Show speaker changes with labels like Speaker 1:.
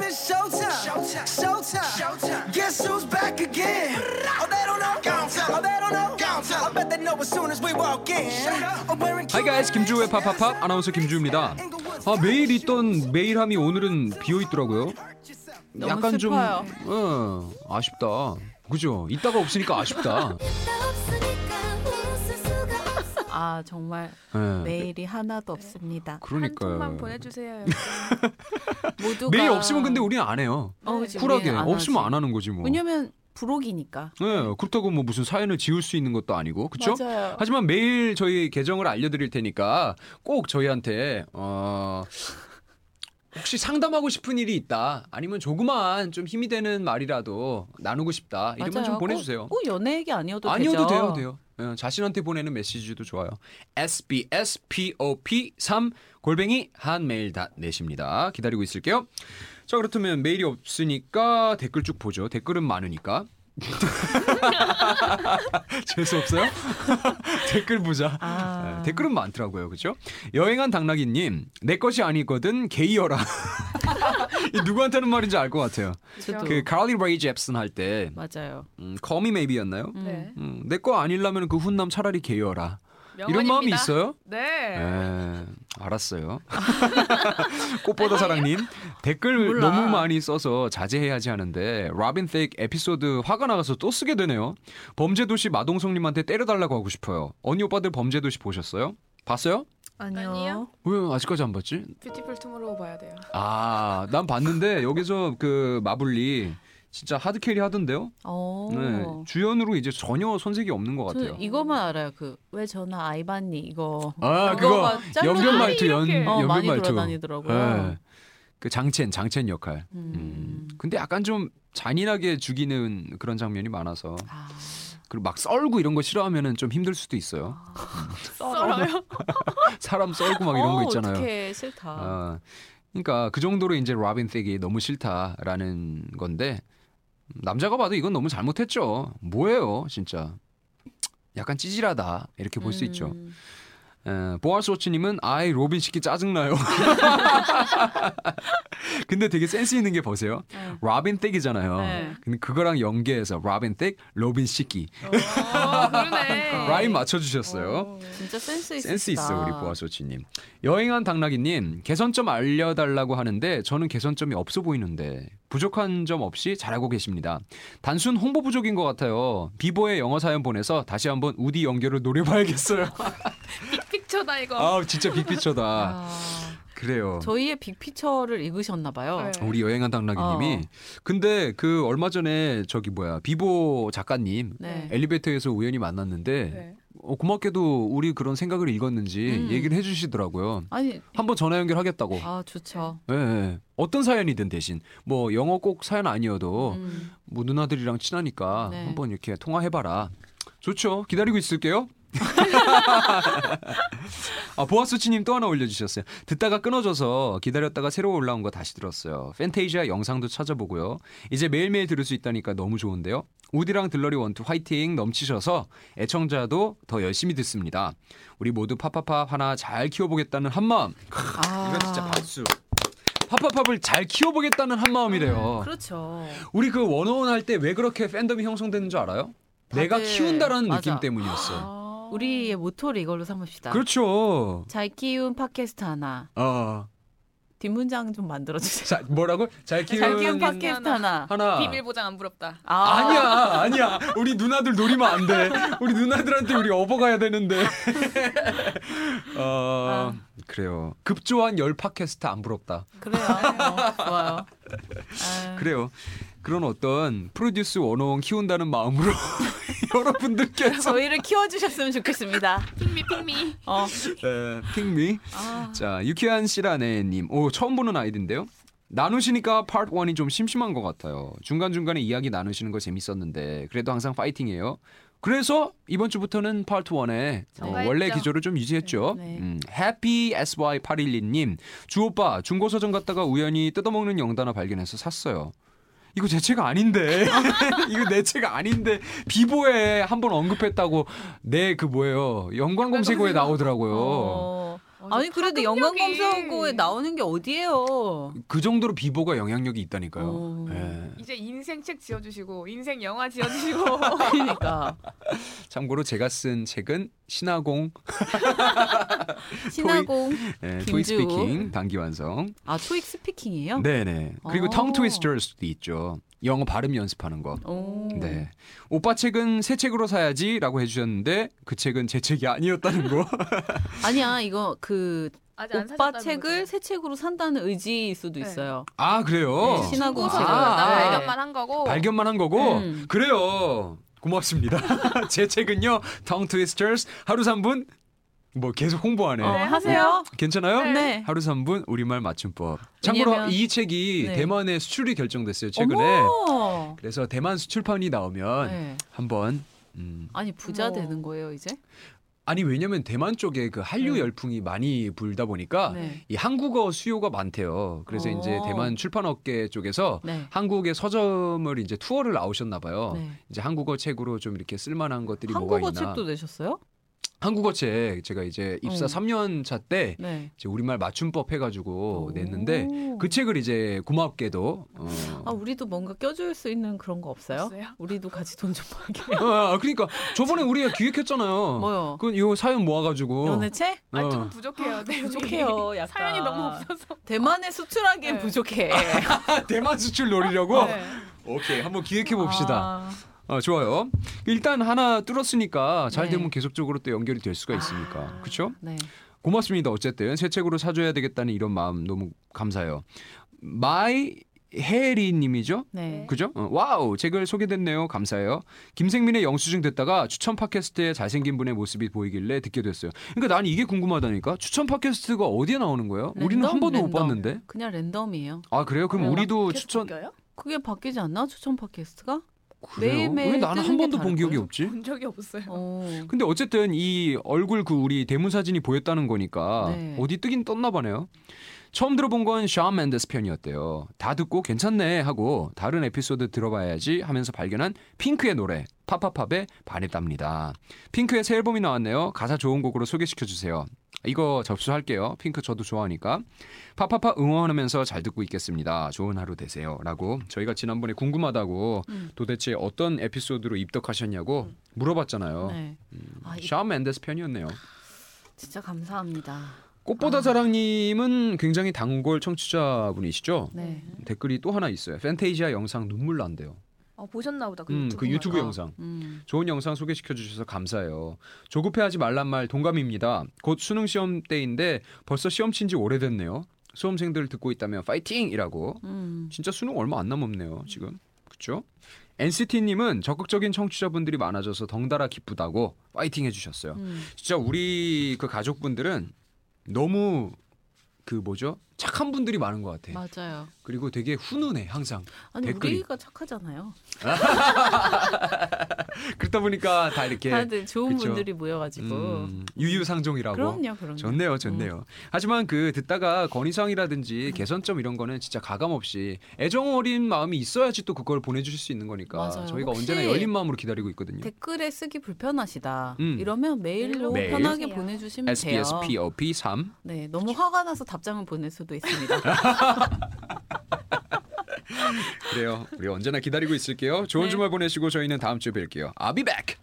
Speaker 1: it's showtime. Showtime. Guess who's back again? Oh, they don't know. Oh, they don't know. I bet they know as soon as we walk in. I'm wearing
Speaker 2: 하이 가이즈 김주우의 팝팝팝 아나운서 김주우입니다. 아 매일 있던 매일함이 오늘은 비어 있더라고요.
Speaker 3: 너무 슬퍼요.
Speaker 2: 좀 어, 아쉽다. 그죠? 있다가 없으니까 아쉽다. 예,
Speaker 3: 아 정말
Speaker 2: 예.
Speaker 3: 메일이 하나도 없습니다.
Speaker 2: 그러니까요.
Speaker 4: 한 통만 보내주세요.
Speaker 3: 모두가
Speaker 2: 매일 그 없으면 근데 우리는 안 해요.
Speaker 3: 어, 그치,
Speaker 2: 쿨하게
Speaker 3: 우리는 안
Speaker 2: 없으면
Speaker 3: 하지.
Speaker 2: 안 하는 거지 뭐.
Speaker 3: 왜냐면 부록이니까.
Speaker 2: 예, 그렇다고 뭐 무슨 사연을 지울 수 있는 것도 아니고, 그렇죠?
Speaker 3: 맞아요.
Speaker 2: 하지만 매일 저희 계정을 알려드릴 테니까 꼭 저희한테 어, 혹시 상담하고 싶은 일이 있다, 아니면 조그만 좀 힘이 되는 말이라도 나누고 싶다 이러면
Speaker 3: 맞아요.
Speaker 2: 좀 보내주세요.
Speaker 3: 꼭, 꼭 연애 얘기 아니어도
Speaker 2: 아니어도
Speaker 3: 되죠.
Speaker 2: 돼요, 돼요. 예, 자신한테 보내는 메시지도 좋아요. sbspop3 골뱅이 한메일.net입니다. 기다리고 있을게요. 자, 그렇다면 메일이 없으니까 댓글 쭉 보죠. 댓글은 많으니까. 재수 없어요? 댓글 보자.
Speaker 3: 아.
Speaker 2: 네, 댓글은 많더라고요, 그렇죠? 여행한 당나귀님, 내 것이 아니거든 게이어라. 이 누구한테는 말인지 알 것 같아요.
Speaker 3: 저도
Speaker 2: 그 칼리 레이 잽슨 할때
Speaker 3: 맞아요.
Speaker 2: 음, Call Me Maybe였나요?
Speaker 4: 네.
Speaker 2: 음, 내거 아니려면 그 훈남 차라리 게여라. 이런
Speaker 4: 명언입니다.
Speaker 2: 마음이 있어요?
Speaker 4: 네.
Speaker 2: 에, 알았어요. 꽃보다 사랑님 댓글
Speaker 3: 몰라.
Speaker 2: 너무 많이 써서 자제해야지 하는데 라빈 텍 에피소드 화가 나가서 또 쓰게 되네요. 범죄도시 마동석님한테 때려달라고 하고 싶어요. 언니 오빠들 범죄도시 보셨어요? 봤어요?
Speaker 3: 아니요.
Speaker 4: 아니요.
Speaker 2: 왜 아직까지 안 봤지?
Speaker 4: 뷰티풀 투모로우 봐야 돼요.
Speaker 2: 아, 난 봤는데 여기서 그 마블리 진짜 하드캐리 하던데요.
Speaker 3: 어.
Speaker 2: 네, 주연으로 이제 전혀 손색이 없는 것 같아요.
Speaker 3: 저는 이거만 알아요. 그 왜 전화 아이 받니 이거.
Speaker 2: 아 그거
Speaker 3: 그거가 짤로
Speaker 2: 연변
Speaker 3: 많이
Speaker 2: 말투 연
Speaker 4: 이렇게.
Speaker 3: 어,
Speaker 2: 네. 연변
Speaker 3: 많이
Speaker 2: 말투
Speaker 3: 돌아다니더라고요.
Speaker 2: 예. 그 장첸 장첸 역할
Speaker 3: 음.
Speaker 2: 음. 근데 약간 좀 잔인하게 죽이는 그런 장면이 많아서
Speaker 3: 아,
Speaker 2: 그리고 막 썰고 이런 거 싫어하면은 좀 힘들 수도 있어요
Speaker 4: 썰어요.
Speaker 2: 사람 썰고 막 이런
Speaker 3: 어,
Speaker 2: 거 있잖아요
Speaker 3: 어떡해, 싫다.
Speaker 2: 아, 그러니까 그 정도로 이제 라빈 텍이 너무 싫다라는 건데 음, 남자가 봐도 이건 너무 잘못했죠 뭐예요 진짜 약간 찌질하다 이렇게 볼 수 있죠
Speaker 3: 음.
Speaker 2: 에, 예, 보아스워치님은 아이 로빈 시키 짜증나요. 근데 되게 센스 있는 게 보세요.
Speaker 3: 네.
Speaker 2: 라빈 땡이잖아요.
Speaker 3: 네.
Speaker 2: 근데 그거랑 연계해서 라빈 땡, 로빈 시키
Speaker 4: 어, 그러네.
Speaker 2: 라인 맞춰주셨어요.
Speaker 4: 어.
Speaker 3: 진짜 센스 있어.
Speaker 2: 센스 있어 우리 보아스워치님. 여행한 당나귀님 개선점 알려달라고 하는데 저는 개선점이 없어 보이는데 부족한 점 없이 잘하고 계십니다. 단순 홍보 부족인 것 같아요. 비보의 영어 사연 보내서 다시 한번 우디 연결을 노려봐야겠어요.
Speaker 4: 픽처다 이거.
Speaker 2: 아 진짜 빅피처다.
Speaker 3: 아,
Speaker 2: 그래요.
Speaker 3: 저희의 빅피처를 읽으셨나 봐요.
Speaker 4: 네.
Speaker 2: 우리 여행한 당나귀님이
Speaker 3: 어.
Speaker 2: 근데 그 얼마 전에 저기 뭐야 비보 작가님
Speaker 3: 네.
Speaker 2: 엘리베이터에서 우연히 만났는데
Speaker 4: 네.
Speaker 2: 어, 고맙게도 우리 그런 생각을 읽었는지
Speaker 3: 음.
Speaker 2: 얘기를 해주시더라고요.
Speaker 3: 아니,
Speaker 2: 한번 전화 연결하겠다고.
Speaker 3: 아 좋죠.
Speaker 2: 예, 예. 어떤 사연이든 대신 뭐 영어 꼭 사연 아니어도
Speaker 3: 음.
Speaker 2: 뭐 누나들이랑 친하니까
Speaker 3: 네.
Speaker 2: 한번 이렇게 통화해봐라. 좋죠. 기다리고 있을게요. 아, 보아수치님 또 하나 올려주셨어요. 듣다가 끊어져서 기다렸다가 새로 올라온 거 다시 들었어요. 팬테이지아 영상도 찾아보고요. 이제 매일매일 들을 수 있다니까 너무 좋은데요. 우디랑 들러리 원투 화이팅 넘치셔서 애청자도 더 열심히 듣습니다. 우리 모두 팝팝팝 하나 잘 키워보겠다는 한마음.
Speaker 3: 아,
Speaker 2: 이거 진짜 박수. 팝팝팝을 잘 키워보겠다는 한마음이래요.
Speaker 3: 그렇죠.
Speaker 2: 우리 그 원어원 할 때 왜 그렇게 팬덤이 형성되는 줄 알아요? 내가
Speaker 3: 다들-
Speaker 2: 키운다라는
Speaker 3: 맞아. 아.
Speaker 2: 느낌 때문이었어.
Speaker 4: 아.
Speaker 3: 우리의 모토를 이걸로 삼읍시다.
Speaker 2: 그렇죠.
Speaker 3: 잘 키운 팟캐스트 하나.
Speaker 2: 어.
Speaker 3: 뒷문장 좀 만들어 주세요.
Speaker 2: 자, 뭐라고? 잘 키운,
Speaker 3: 잘 키운 팟캐스트 하나.
Speaker 2: 하나.
Speaker 4: 비밀 보장 안 부럽다.
Speaker 3: 아,
Speaker 2: 아니야, 아니야. 우리 누나들 노리면 안 돼. 우리 누나들한테 우리 업어가야 되는데.
Speaker 3: 아.
Speaker 2: 어, 그래요. 급조한 열 팟캐스트 안 부럽다.
Speaker 3: 그래요. 어, 좋아요. 아유,
Speaker 2: 그래요. 그런 어떤 프로듀스 원어원 키운다는 마음으로 여러분들께서
Speaker 3: 저희를 키워주셨으면 좋겠습니다.
Speaker 4: 핑미 핑미.
Speaker 3: 어.
Speaker 2: 네, 핑미.
Speaker 3: 아,
Speaker 2: 자, 유쾌한 씨라네님. 오, 처음 보는 아이디인데요. 나누시니까 파트 1이 좀 심심한 것 같아요. 중간중간에 이야기 나누시는 거 재밌었는데 그래도 항상 파이팅이에요. 그래서 이번 주부터는 파트 1에 어,
Speaker 4: 정말
Speaker 2: 원래
Speaker 4: 있죠.
Speaker 2: 기조를 좀 유지했죠.
Speaker 3: 네.
Speaker 2: 음, 해피 SY812님. 주오빠 중고서점 갔다가 우연히 뜯어먹는 영단어 발견해서 샀어요. 이거 제 책 아닌데 이거 내 책 아닌데 네, 비보에 한번 언급했다고 내 그 뭐예요 연관 검색어에 나오더라고요.
Speaker 3: 어. 아니 그래도 연관 검사하고 나오는 게 어디예요?
Speaker 2: 그 정도로 비보가 영향력이 있다니까요.
Speaker 3: 오.
Speaker 2: 예.
Speaker 4: 이제 인생 책 지어주시고 인생 영화 지어주시고
Speaker 3: 그러니까
Speaker 2: 참고로 제가 쓴 책은 신화공
Speaker 3: 신하공
Speaker 2: 예,
Speaker 3: 김주호.
Speaker 2: 토익 스피킹 단기 완성.
Speaker 3: 아 토익 스피킹이에요?
Speaker 2: 네네. 그리고
Speaker 3: 오.
Speaker 2: 텅 트위스터스도 있죠. 영어 발음 연습하는 거.
Speaker 3: 오.
Speaker 2: 네. 오빠 책은 새 책으로 사야지라고 해주셨는데 그 책은 제 책이 아니었다는 거.
Speaker 3: 아니야 이거 그
Speaker 4: 아직 안
Speaker 3: 오빠
Speaker 4: 사셨다는
Speaker 3: 책을
Speaker 4: 거죠?
Speaker 3: 새 책을 산다는 의지일 수도
Speaker 4: 네.
Speaker 3: 있어요.
Speaker 2: 아 그래요.
Speaker 3: 네, 신화- 신하고
Speaker 4: 보고서
Speaker 2: 아,
Speaker 4: 나
Speaker 2: 아.
Speaker 4: 발견만 한 거고
Speaker 2: 발견만 한 거고
Speaker 3: 음.
Speaker 2: 그래요. 고맙습니다. 제 책은요. 텅 트위스터스 하루 3분 뭐 계속 홍보하네.
Speaker 3: 어, 하세요.
Speaker 2: 괜찮아요?
Speaker 3: 네.
Speaker 2: 하루 3분 우리말 맞춤법. 참고로
Speaker 3: 왜냐면-
Speaker 2: 이 책이
Speaker 3: 네.
Speaker 2: 대만에 수출이 결정됐어요, 최근에.
Speaker 3: 어머.
Speaker 2: 그래서 대만 수출판이 나오면
Speaker 3: 네.
Speaker 2: 한번 음.
Speaker 3: 아니 부자
Speaker 4: 어머.
Speaker 3: 되는 거예요 이제?
Speaker 2: 아니 왜냐면 대만 쪽에 그 한류
Speaker 3: 네.
Speaker 2: 열풍이 많이 불다 보니까
Speaker 3: 네.
Speaker 2: 이 한국어 수요가 많대요. 그래서
Speaker 3: 어.
Speaker 2: 이제 대만 출판업계 쪽에서
Speaker 3: 네.
Speaker 2: 한국의 서점을 이제 투어를 나오셨나 봐요.
Speaker 3: 네.
Speaker 2: 이제 한국어 책으로 좀 이렇게 쓸만한 것들이 뭐가
Speaker 3: 한국어
Speaker 2: 있나?
Speaker 3: 책도 내셨어요?
Speaker 2: 한국어 책 제가 이제 입사
Speaker 3: 어.
Speaker 2: 3년 차 때
Speaker 3: 네.
Speaker 2: 이제 우리말 맞춤법 해가지고
Speaker 3: 오.
Speaker 2: 어, 냈는데 그 책을 이제 고맙게도 어.
Speaker 3: 아 우리도 뭔가 껴줄 수 있는 그런 거 없어요?
Speaker 4: 없어요?
Speaker 3: 우리도 같이 돈 좀 벌게.
Speaker 2: 어, 그러니까 저번에 우리가 기획했잖아요.
Speaker 3: 뭐요?
Speaker 2: 그요 사연 모아가지고
Speaker 3: 연애체?
Speaker 4: 아니
Speaker 2: 어.
Speaker 4: 조금 부족해요. 내용이.
Speaker 3: 부족해요, 약간.
Speaker 4: 사연이 너무 없어서.
Speaker 3: 대만에 수출하기엔
Speaker 4: 네.
Speaker 3: 부족해.
Speaker 2: 아, 대만 수출 노리려고
Speaker 4: 네.
Speaker 2: 오케이 한번 기획해 봅시다.
Speaker 3: 아,
Speaker 2: 어, 좋아요. 일단 하나 뚫었으니까 잘
Speaker 3: 네.
Speaker 2: 되면 계속적으로 또 연결이 될 수가 있으니까
Speaker 4: 아.
Speaker 2: 그렇죠?
Speaker 3: 네.
Speaker 2: 고맙습니다. 어쨌든 새 책으로 사줘야 되겠다는 이런 마음 너무 감사해요. 마이 해리님이죠?
Speaker 3: 네.
Speaker 2: 그죠? 어, 와우 책을 소개됐네요. 감사해요. 김생민의 영수증 듣다가 추천 팟캐스트에 잘생긴 분의 모습이 보이길래 듣게 됐어요. 그러니까 난 이게 궁금하다니까 추천 팟캐스트가 어디에 나오는 거예요? 우리는 한
Speaker 3: 랜덤,
Speaker 2: 번도 못
Speaker 3: 랜덤. 네,
Speaker 2: 봤는데.
Speaker 3: 그냥 랜덤이에요.
Speaker 2: 아 그래요? 그럼 우리도
Speaker 4: 계속
Speaker 2: 추천
Speaker 4: 바뀌어요?
Speaker 3: 그게 바뀌지 않나? 추천 팟캐스트가?
Speaker 2: 그래요?
Speaker 3: 매일매일
Speaker 2: 왜 나는 한
Speaker 3: 뜨는 게
Speaker 2: 번도 본 기억이
Speaker 3: 다를까요?
Speaker 2: 없지?
Speaker 4: 본 적이 없어요.
Speaker 3: 어.
Speaker 2: 근데 어쨌든 이 얼굴 그 우리 대문 사진이 보였다는 거니까
Speaker 3: 네.
Speaker 2: 어디 뜨긴 떴나 보네요. 처음 들어본 건 샤먼 맨데스 편이었대요. 다 듣고 괜찮네 하고 다른 에피소드 들어봐야지 하면서 발견한 핑크의 노래 파파팝에 반했답니다. 핑크의 새 앨범이 나왔네요. 가사 좋은 곡으로 소개시켜 주세요. 이거 접수할게요. 핑크 저도 좋아하니까 파파파 응원하면서 잘 듣고 있겠습니다. 좋은 하루 되세요.라고 저희가 지난번에 궁금하다고
Speaker 3: 음.
Speaker 2: 도대체 어떤 에피소드로 입덕하셨냐고 물어봤잖아요.
Speaker 3: 네.
Speaker 2: 음.
Speaker 3: 아, 이,
Speaker 2: 샤 맨데스 편이었네요.
Speaker 3: 진짜 감사합니다.
Speaker 2: 꽃보다
Speaker 3: 아.
Speaker 2: 사랑님은 굉장히 단골 청취자분이시죠.
Speaker 3: 네.
Speaker 2: 댓글이 또 하나 있어요. 팬테이지아 영상 눈물 난대요.
Speaker 4: 어, 보셨나 보다. 그
Speaker 2: 음, 그 유튜브
Speaker 4: 영상.
Speaker 2: 영상.
Speaker 3: 음.
Speaker 2: 좋은 영상 소개시켜 주셔서 감사해요. 조급해하지 말란 말 동감입니다. 곧 수능 시험 때인데 벌써 시험 친 지 오래됐네요. 수험생들 듣고 있다면 파이팅이라고.
Speaker 3: 음.
Speaker 2: 진짜 수능 얼마 안 남았네요 지금. 그렇죠? NCT님은 적극적인 청취자분들이 많아져서 덩달아 기쁘다고 파이팅 해주셨어요.
Speaker 3: 음.
Speaker 2: 진짜 우리 그 가족분들은 너무 그 뭐죠 착한 분들이 많은 것 같아.
Speaker 3: 맞아요.
Speaker 2: 그리고 되게 훈훈해 항상.
Speaker 3: 아니
Speaker 2: 댓글이.
Speaker 3: 네. 우리가 착하잖아요.
Speaker 2: 그러다 보니까 다 이렇게
Speaker 3: 다들 좋은
Speaker 2: 예. 그쵸.
Speaker 3: 분들이 모여가지고.
Speaker 2: 음, 유유상종이라고.
Speaker 3: 그럼요, 음. 그럼요.
Speaker 2: 좋네요, 좋네요. 하지만 그 듣다가 건의사항이라든지 개선점 이런 거는 진짜 가감 없이 애정 어린 마음이 있어야지 또 그걸 보내주실 수 있는 거니까
Speaker 3: 맞아요.
Speaker 2: 저희가
Speaker 3: 혹시
Speaker 2: 언제나 열린 마음으로 기다리고 있거든요.
Speaker 3: 댓글에 쓰기 불편하시다.
Speaker 2: 음. 네.
Speaker 3: 이러면 메일로
Speaker 2: 메일.
Speaker 3: 편하게 보내주시면
Speaker 2: SBS
Speaker 3: 음, 돼요.
Speaker 2: POP 3
Speaker 3: 네, 너무 화가 나서 답장을 보낼 수도 있습니다.
Speaker 2: 그래요. 우리 언제나 기다리고 있을게요. 좋은
Speaker 3: 네.
Speaker 2: 주말 보내시고 저희는 다음 주에 뵐게요. I'll be back.